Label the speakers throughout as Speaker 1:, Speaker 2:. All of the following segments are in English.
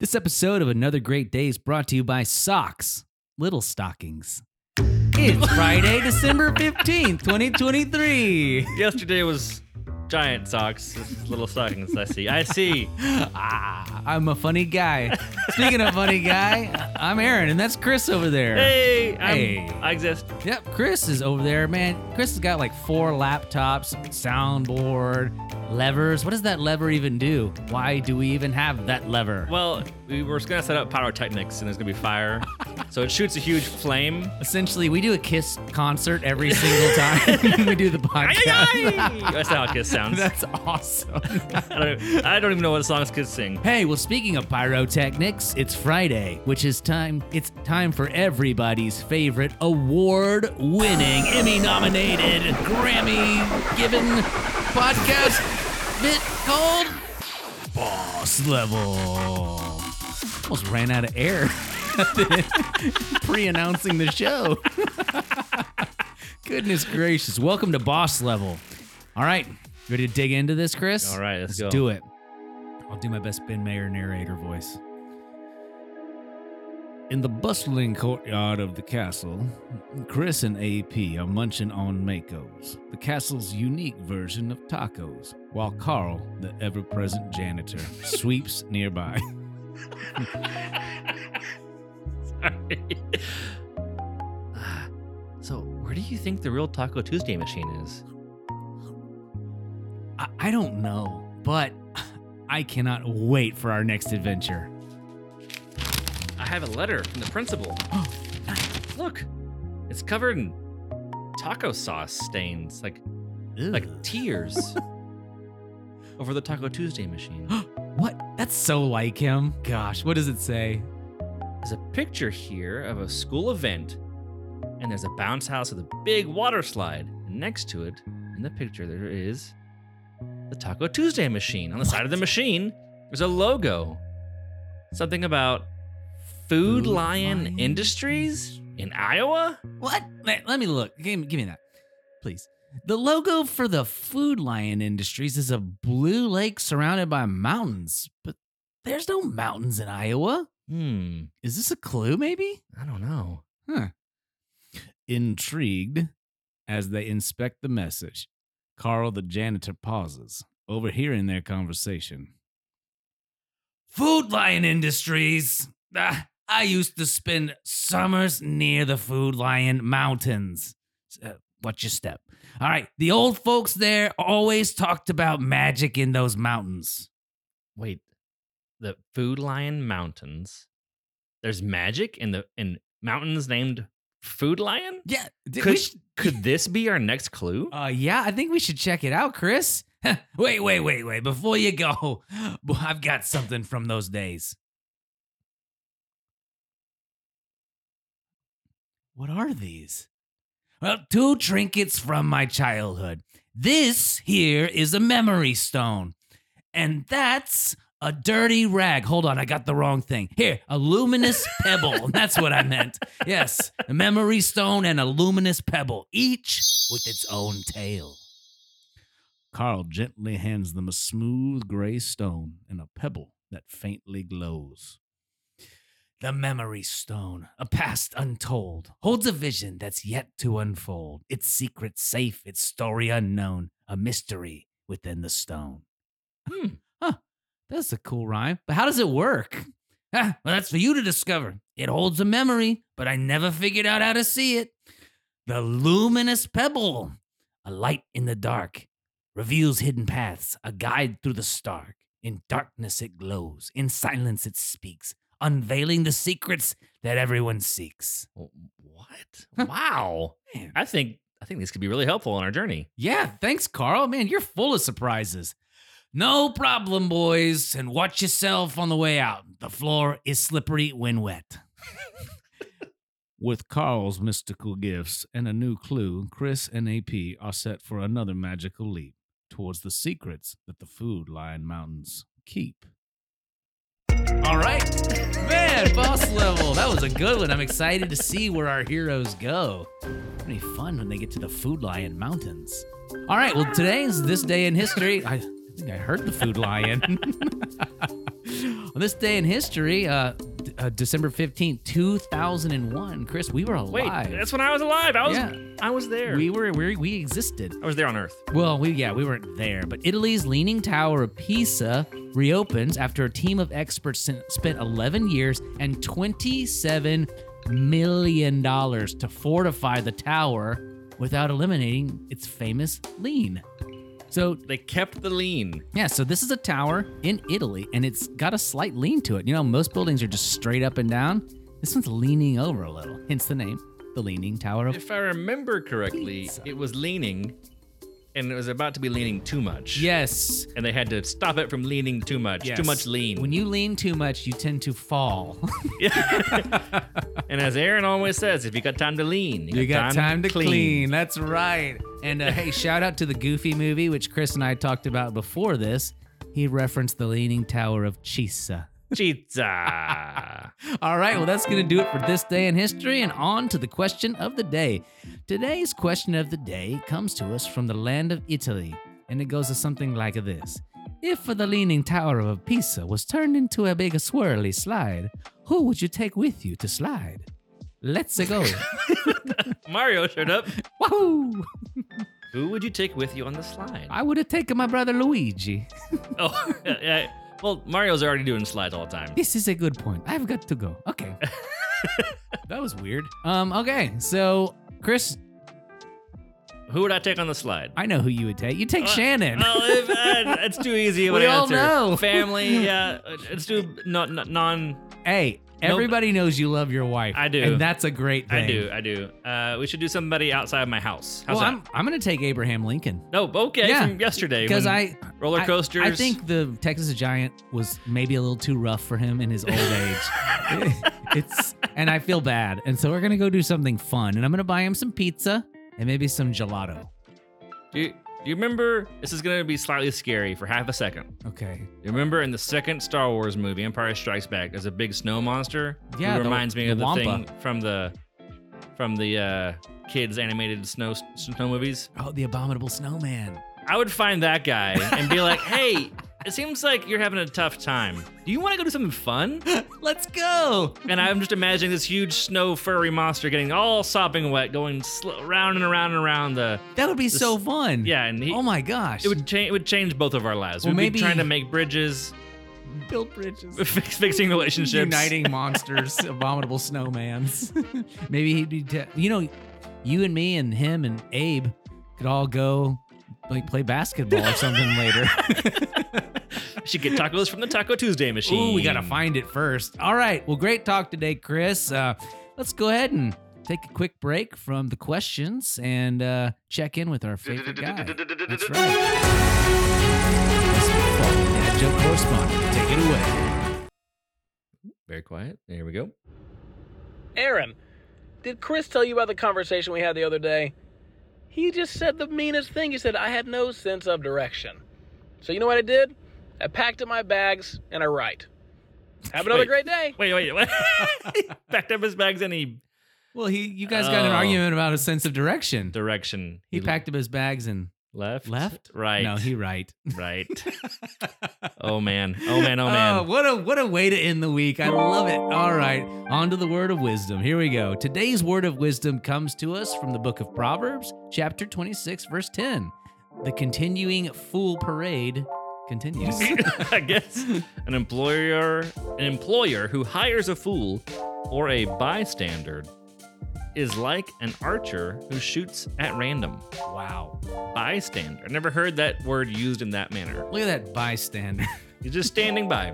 Speaker 1: This episode of Another Great Day is brought to you by Socks, Little Stockings. It's Friday, December 15th, 2023.
Speaker 2: Yesterday was giant socks, This is little stockings. I see. I see.
Speaker 1: Ah, I'm a funny guy. Speaking of funny guy, I'm Aaron, and that's Chris over there.
Speaker 2: Hey, I'm,
Speaker 1: Hey.
Speaker 2: I exist.
Speaker 1: Yep, Chris is over there, man. Chris has got like four laptops, soundboard, levers. What does that lever even do? Why do we even have that lever?
Speaker 2: Well, we were just gonna set up pyrotechnics, and there's gonna be fire, so it shoots a huge flame.
Speaker 1: Essentially, we do a Kiss concert every single time we do the
Speaker 2: Ay,
Speaker 1: podcast.
Speaker 2: ay, ay. That's not how Kiss sounds.
Speaker 1: That's awesome.
Speaker 2: I don't, I don't even know what songs Kiss sing.
Speaker 1: hey, well, speaking of pyrotechnics, it's Friday, which is time. It's time for everybody's favorite award-winning, Emmy-nominated, Grammy-given podcast bit called Boss Level. Almost ran out of air pre-announcing the show. Goodness gracious! Welcome to Boss Level. All right, ready to dig into this, Chris?
Speaker 2: All right, let's
Speaker 1: Let's
Speaker 2: go.
Speaker 1: do it. I'll do my best Ben Mayer narrator voice. In the bustling courtyard of the castle, Chris and AP are munching on Makos, the castle's unique version of tacos, while Carl, the ever present janitor, sweeps nearby.
Speaker 2: Sorry. Ah, so, where do you think the real Taco Tuesday machine is?
Speaker 1: I, I don't know, but I cannot wait for our next adventure.
Speaker 2: I have a letter from the principal. Look, it's covered in taco sauce stains, like like tears over the Taco Tuesday machine.
Speaker 1: what? That's so like him. Gosh, what does it say?
Speaker 2: There's a picture here of a school event, and there's a bounce house with a big water slide. And next to it, in the picture, there is the Taco Tuesday machine. On the side of the machine, there's a logo. Something about Food,
Speaker 1: Food
Speaker 2: Lion,
Speaker 1: Lion
Speaker 2: Industries in Iowa?
Speaker 1: What? Let, let me look. Give, me- give me that, please. The logo for the Food Lion Industries is a blue lake surrounded by mountains, but there's no mountains in Iowa.
Speaker 2: Hmm,
Speaker 1: Is this a clue, maybe?
Speaker 2: I don't know.
Speaker 1: Intrigued as they inspect the message, Carl the janitor pauses, overhearing their conversation. Food Lion Industries! Ah, I used to spend summers near the Food Lion Mountains. Uh, watch your step. All right, the old folks there always talked about magic in those mountains.
Speaker 2: Wait, the Food Lion Mountains. There's magic in the in mountains named Food Lion.
Speaker 1: Yeah. did we
Speaker 2: Could
Speaker 1: sh-
Speaker 2: could this be our next clue?
Speaker 1: Uh, yeah, I think we should check it out, Chris. wait, wait, wait, wait. Before you go, I've got something from those days. What are these? Well, two trinkets from my childhood. This here is a memory stone, and that's a dirty rag. Hold on, I got the wrong thing. Here, a luminous pebble. That's what I meant. Yes, a memory stone and a luminous pebble, each with its own tail. Carl gently hands them a smooth gray stone and a pebble that faintly glows. The memory stone, a past untold, holds a vision that's yet to unfold. Its secret safe, its story unknown, a mystery within the stone.
Speaker 2: Hmm.
Speaker 1: That's a cool rhyme. But how does it work? Ah, well, that's for you to discover. It holds a memory, but I never figured out how to see it. The luminous pebble, a light in the dark, reveals hidden paths, a guide through the stark. In darkness it glows, in silence it speaks, unveiling the secrets that everyone seeks.
Speaker 2: W- Oh, What? wow.
Speaker 1: Man.
Speaker 2: I think I think these could be really helpful on our journey.
Speaker 1: Yeah, thanks, Carl. Man, you're full of surprises. No problem, boys, and watch yourself on the way out. The floor is slippery when wet. With Carl's mystical gifts and a new clue, Chris and AP are set for another magical leap towards the secrets that the Food Lion Mountains keep. All right. Man, boss level. That was a good one. I'm excited to see where our heroes go. It's gonna be fun when they get to the Food Lion Mountains. All right, well, today's this day in history. I think I heard the Food Lion. On this day in history, uh, d- uh, December 15th, 2001, Chris, we were
Speaker 2: Wait,
Speaker 1: alive.
Speaker 2: that's when I was alive. I was
Speaker 1: Yeah.
Speaker 2: I was there.
Speaker 1: we were we, we existed.
Speaker 2: I was there on Earth.
Speaker 1: Well, we yeah, we weren't there, but Italy's Leaning Tower of Pisa reopens after a team of experts sen- spent 11 years and 27 million dollars to fortify the tower without eliminating its famous lean. So,
Speaker 2: They kept the lean.
Speaker 1: yeah, so this is a tower in Italy and it's got a slight lean to it. You know, most buildings are just straight up and down. This one's leaning over a little, hence the name, the Leaning Tower of
Speaker 2: If I remember correctly, it was leaning and it was about to be leaning too much.
Speaker 1: Yes.
Speaker 2: And they had to stop it from leaning too much. Too
Speaker 1: Yes.
Speaker 2: much lean.
Speaker 1: When you lean too much, you tend to fall.
Speaker 2: and as Aaron always says, if you got time to lean, you,
Speaker 1: You got time, to clean. That's right. And uh, hey, shout out to the Goofy movie, which Chris and I talked about before this. He referenced the Leaning Tower of Chisa.
Speaker 2: Pizza.
Speaker 1: All right, well, that's going to do it for this day in history and on to the question of the day. Today's question of the day comes to us from the land of Italy, and it goes to something like this If the Leaning Tower of Pisa was turned into a big swirly slide, who would you take with you to slide? Let's go.
Speaker 2: Mario showed up.
Speaker 1: Wahoo!
Speaker 2: Who would you take with you on the slide?
Speaker 1: I would have taken my brother Luigi.
Speaker 2: oh, yeah, yeah. Well, Mario's already doing slides all the time.
Speaker 1: This is a good point. I've got to go. Okay. that was weird. Um, okay. So, Chris,
Speaker 2: Who would I take on the slide?
Speaker 1: I know who you would take. You take Shannon.
Speaker 2: Oh, if, uh, that's too easy of
Speaker 1: We
Speaker 2: an
Speaker 1: all
Speaker 2: answer.
Speaker 1: know.
Speaker 2: Family, yeah. Let's do non. non
Speaker 1: hey, everybody knows you love your wife.
Speaker 2: I do.
Speaker 1: And that's a great thing.
Speaker 2: I do, I do. Uh, we should do somebody outside my house. How's
Speaker 1: well,
Speaker 2: that?
Speaker 1: I'm, I'm going to take Abraham Lincoln
Speaker 2: No, okay,
Speaker 1: Yeah.
Speaker 2: from yesterday.
Speaker 1: because
Speaker 2: when
Speaker 1: I.
Speaker 2: roller
Speaker 1: I-
Speaker 2: coasters.
Speaker 1: I, think the Texas Giant was maybe a little too rough for him in his old age. it's and I feel bad, and so we're gonna go do something fun, and I'm gonna buy him some pizza and maybe some gelato.
Speaker 2: Do you, do you remember? This is going to be slightly scary for half a second.
Speaker 1: Okay.
Speaker 2: You remember in the second Star Wars movie, Empire Strikes Back, there's a big snow monster.
Speaker 1: Yeah,
Speaker 2: who
Speaker 1: the-
Speaker 2: reminds me
Speaker 1: the
Speaker 2: of the
Speaker 1: Wampa.
Speaker 2: thing from the from the uh, kids animated snow snow movies.
Speaker 1: Oh, the abominable snowman.
Speaker 2: I would find that guy and be like, "Hey, it seems like you're having a tough time. Do you want to go do something fun?"
Speaker 1: Let's go.
Speaker 2: And I'm just imagining this huge snow furry monster getting all sopping wet, going sl- round and around and around the
Speaker 1: That would be so
Speaker 2: This-
Speaker 1: fun.
Speaker 2: yeah, and he,
Speaker 1: oh my gosh.
Speaker 2: It would change. It would change both of our lives.
Speaker 1: Well,
Speaker 2: We'd
Speaker 1: maybe-
Speaker 2: be trying to make bridges,
Speaker 1: build bridges.
Speaker 2: fix, fixing relationships,
Speaker 1: Uniting monsters, abominable snowmans. Maybe he'd be, te- you know, you and me and him and Abe could all go like play basketball or something later.
Speaker 2: She get tacos from the Taco Tuesday machine.
Speaker 1: Ooh, we gotta find it first. All right. Well, great talk today, Chris. Uh, let's go ahead and take a quick break from the questions and uh, check in with our favorite guy. That's right. That's fucking dad joke correspondent. Take it away.
Speaker 2: Very quiet. There we go.
Speaker 3: Aaron, did Chris tell you about the conversation we had the other day? He just said the meanest thing. He said, I had no sense of direction. So you know what I did? I packed up my bags and I write. Have another
Speaker 2: Wait.
Speaker 3: great day.
Speaker 2: Wait, wait, wait. He Packed up his bags and he
Speaker 1: Well, he you guys got in an
Speaker 2: Oh.
Speaker 1: argument about a sense of direction.
Speaker 2: direction.
Speaker 1: He packed up his bags and
Speaker 2: left,
Speaker 1: left.
Speaker 2: right,
Speaker 1: No, he right.
Speaker 2: right. oh man. Oh man. Oh man.
Speaker 1: what a what a way to end the week. I love it. All right, on to the word of wisdom. Here we go. Today's word of wisdom comes to us from the book of Proverbs, chapter 26, verse 10. The continuing fool parade continues.
Speaker 2: I guess an employer an employer who hires a fool or a bystander is like an archer who shoots at random.
Speaker 1: wow.
Speaker 2: Bystander. I never heard that word used in that manner.
Speaker 1: Look at that bystander.
Speaker 2: You're just standing by.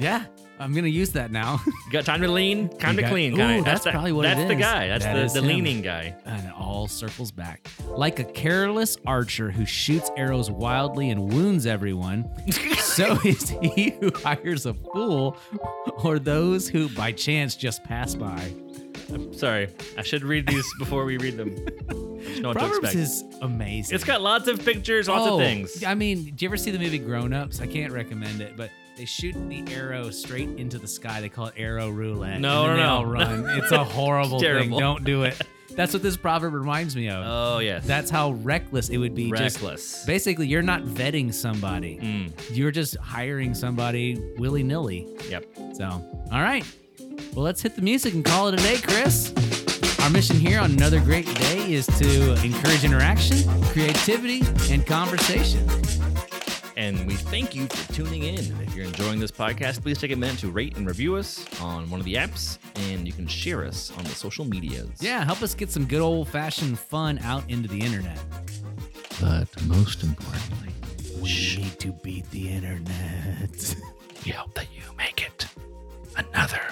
Speaker 1: yeah. I'm gonna use that now.
Speaker 2: You got time to lean, time
Speaker 1: You
Speaker 2: to
Speaker 1: got-
Speaker 2: clean
Speaker 1: Ooh,
Speaker 2: guy.
Speaker 1: that's
Speaker 2: the-
Speaker 1: probably what it
Speaker 2: That's the
Speaker 1: is.
Speaker 2: guy. That's
Speaker 1: That is
Speaker 2: the, the
Speaker 1: him.
Speaker 2: leaning guy.
Speaker 1: and it all circles back. Like a careless archer who shoots arrows wildly and wounds everyone, so is he who hires a fool or those who by chance just pass by.
Speaker 2: Sorry, I should read these before we read them. Just know what to
Speaker 1: Proverbs
Speaker 2: expect.
Speaker 1: is amazing.
Speaker 2: it's got lots of pictures, lots
Speaker 1: Oh,
Speaker 2: of things.
Speaker 1: I mean, do you ever see the movie Grown Ups? I can't recommend it, but they shoot the arrow straight into the sky. They call it arrow roulette.
Speaker 2: No,
Speaker 1: and then
Speaker 2: no,
Speaker 1: they
Speaker 2: no.
Speaker 1: all run. It's a horrible thing.
Speaker 2: Terrible.
Speaker 1: Don't do it. That's what this proverb reminds me of.
Speaker 2: Oh yes,
Speaker 1: That's how reckless it would be. Just
Speaker 2: reckless.
Speaker 1: basically, you're not vetting somebody.
Speaker 2: Mm,
Speaker 1: You're just hiring somebody willy nilly.
Speaker 2: yep.
Speaker 1: So, all right. Well, let's hit the music and call it a day, Chris. Our mission here on another great day is to encourage interaction, creativity, and conversation.
Speaker 2: And we thank you for tuning in. If you're enjoying this podcast, please take a minute to rate and review us on one of the apps, and you can share us on the social medias.
Speaker 1: Yeah, help us get some good old fashioned fun out into the internet.
Speaker 2: But most importantly,
Speaker 1: We need to beat the internet.
Speaker 2: we hope that you make it another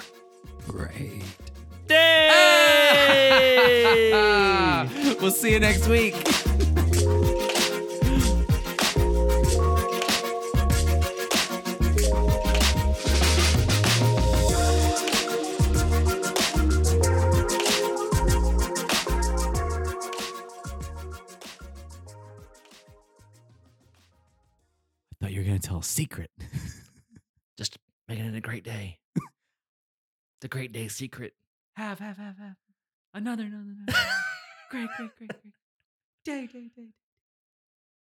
Speaker 1: Great.
Speaker 2: day.
Speaker 1: we'll see you next week. I thought you were going to tell a secret.
Speaker 2: Just making it a great day. the great day secret.
Speaker 1: Have, have, have, have. Another, another, another. great, great, great, great. Day, day, day.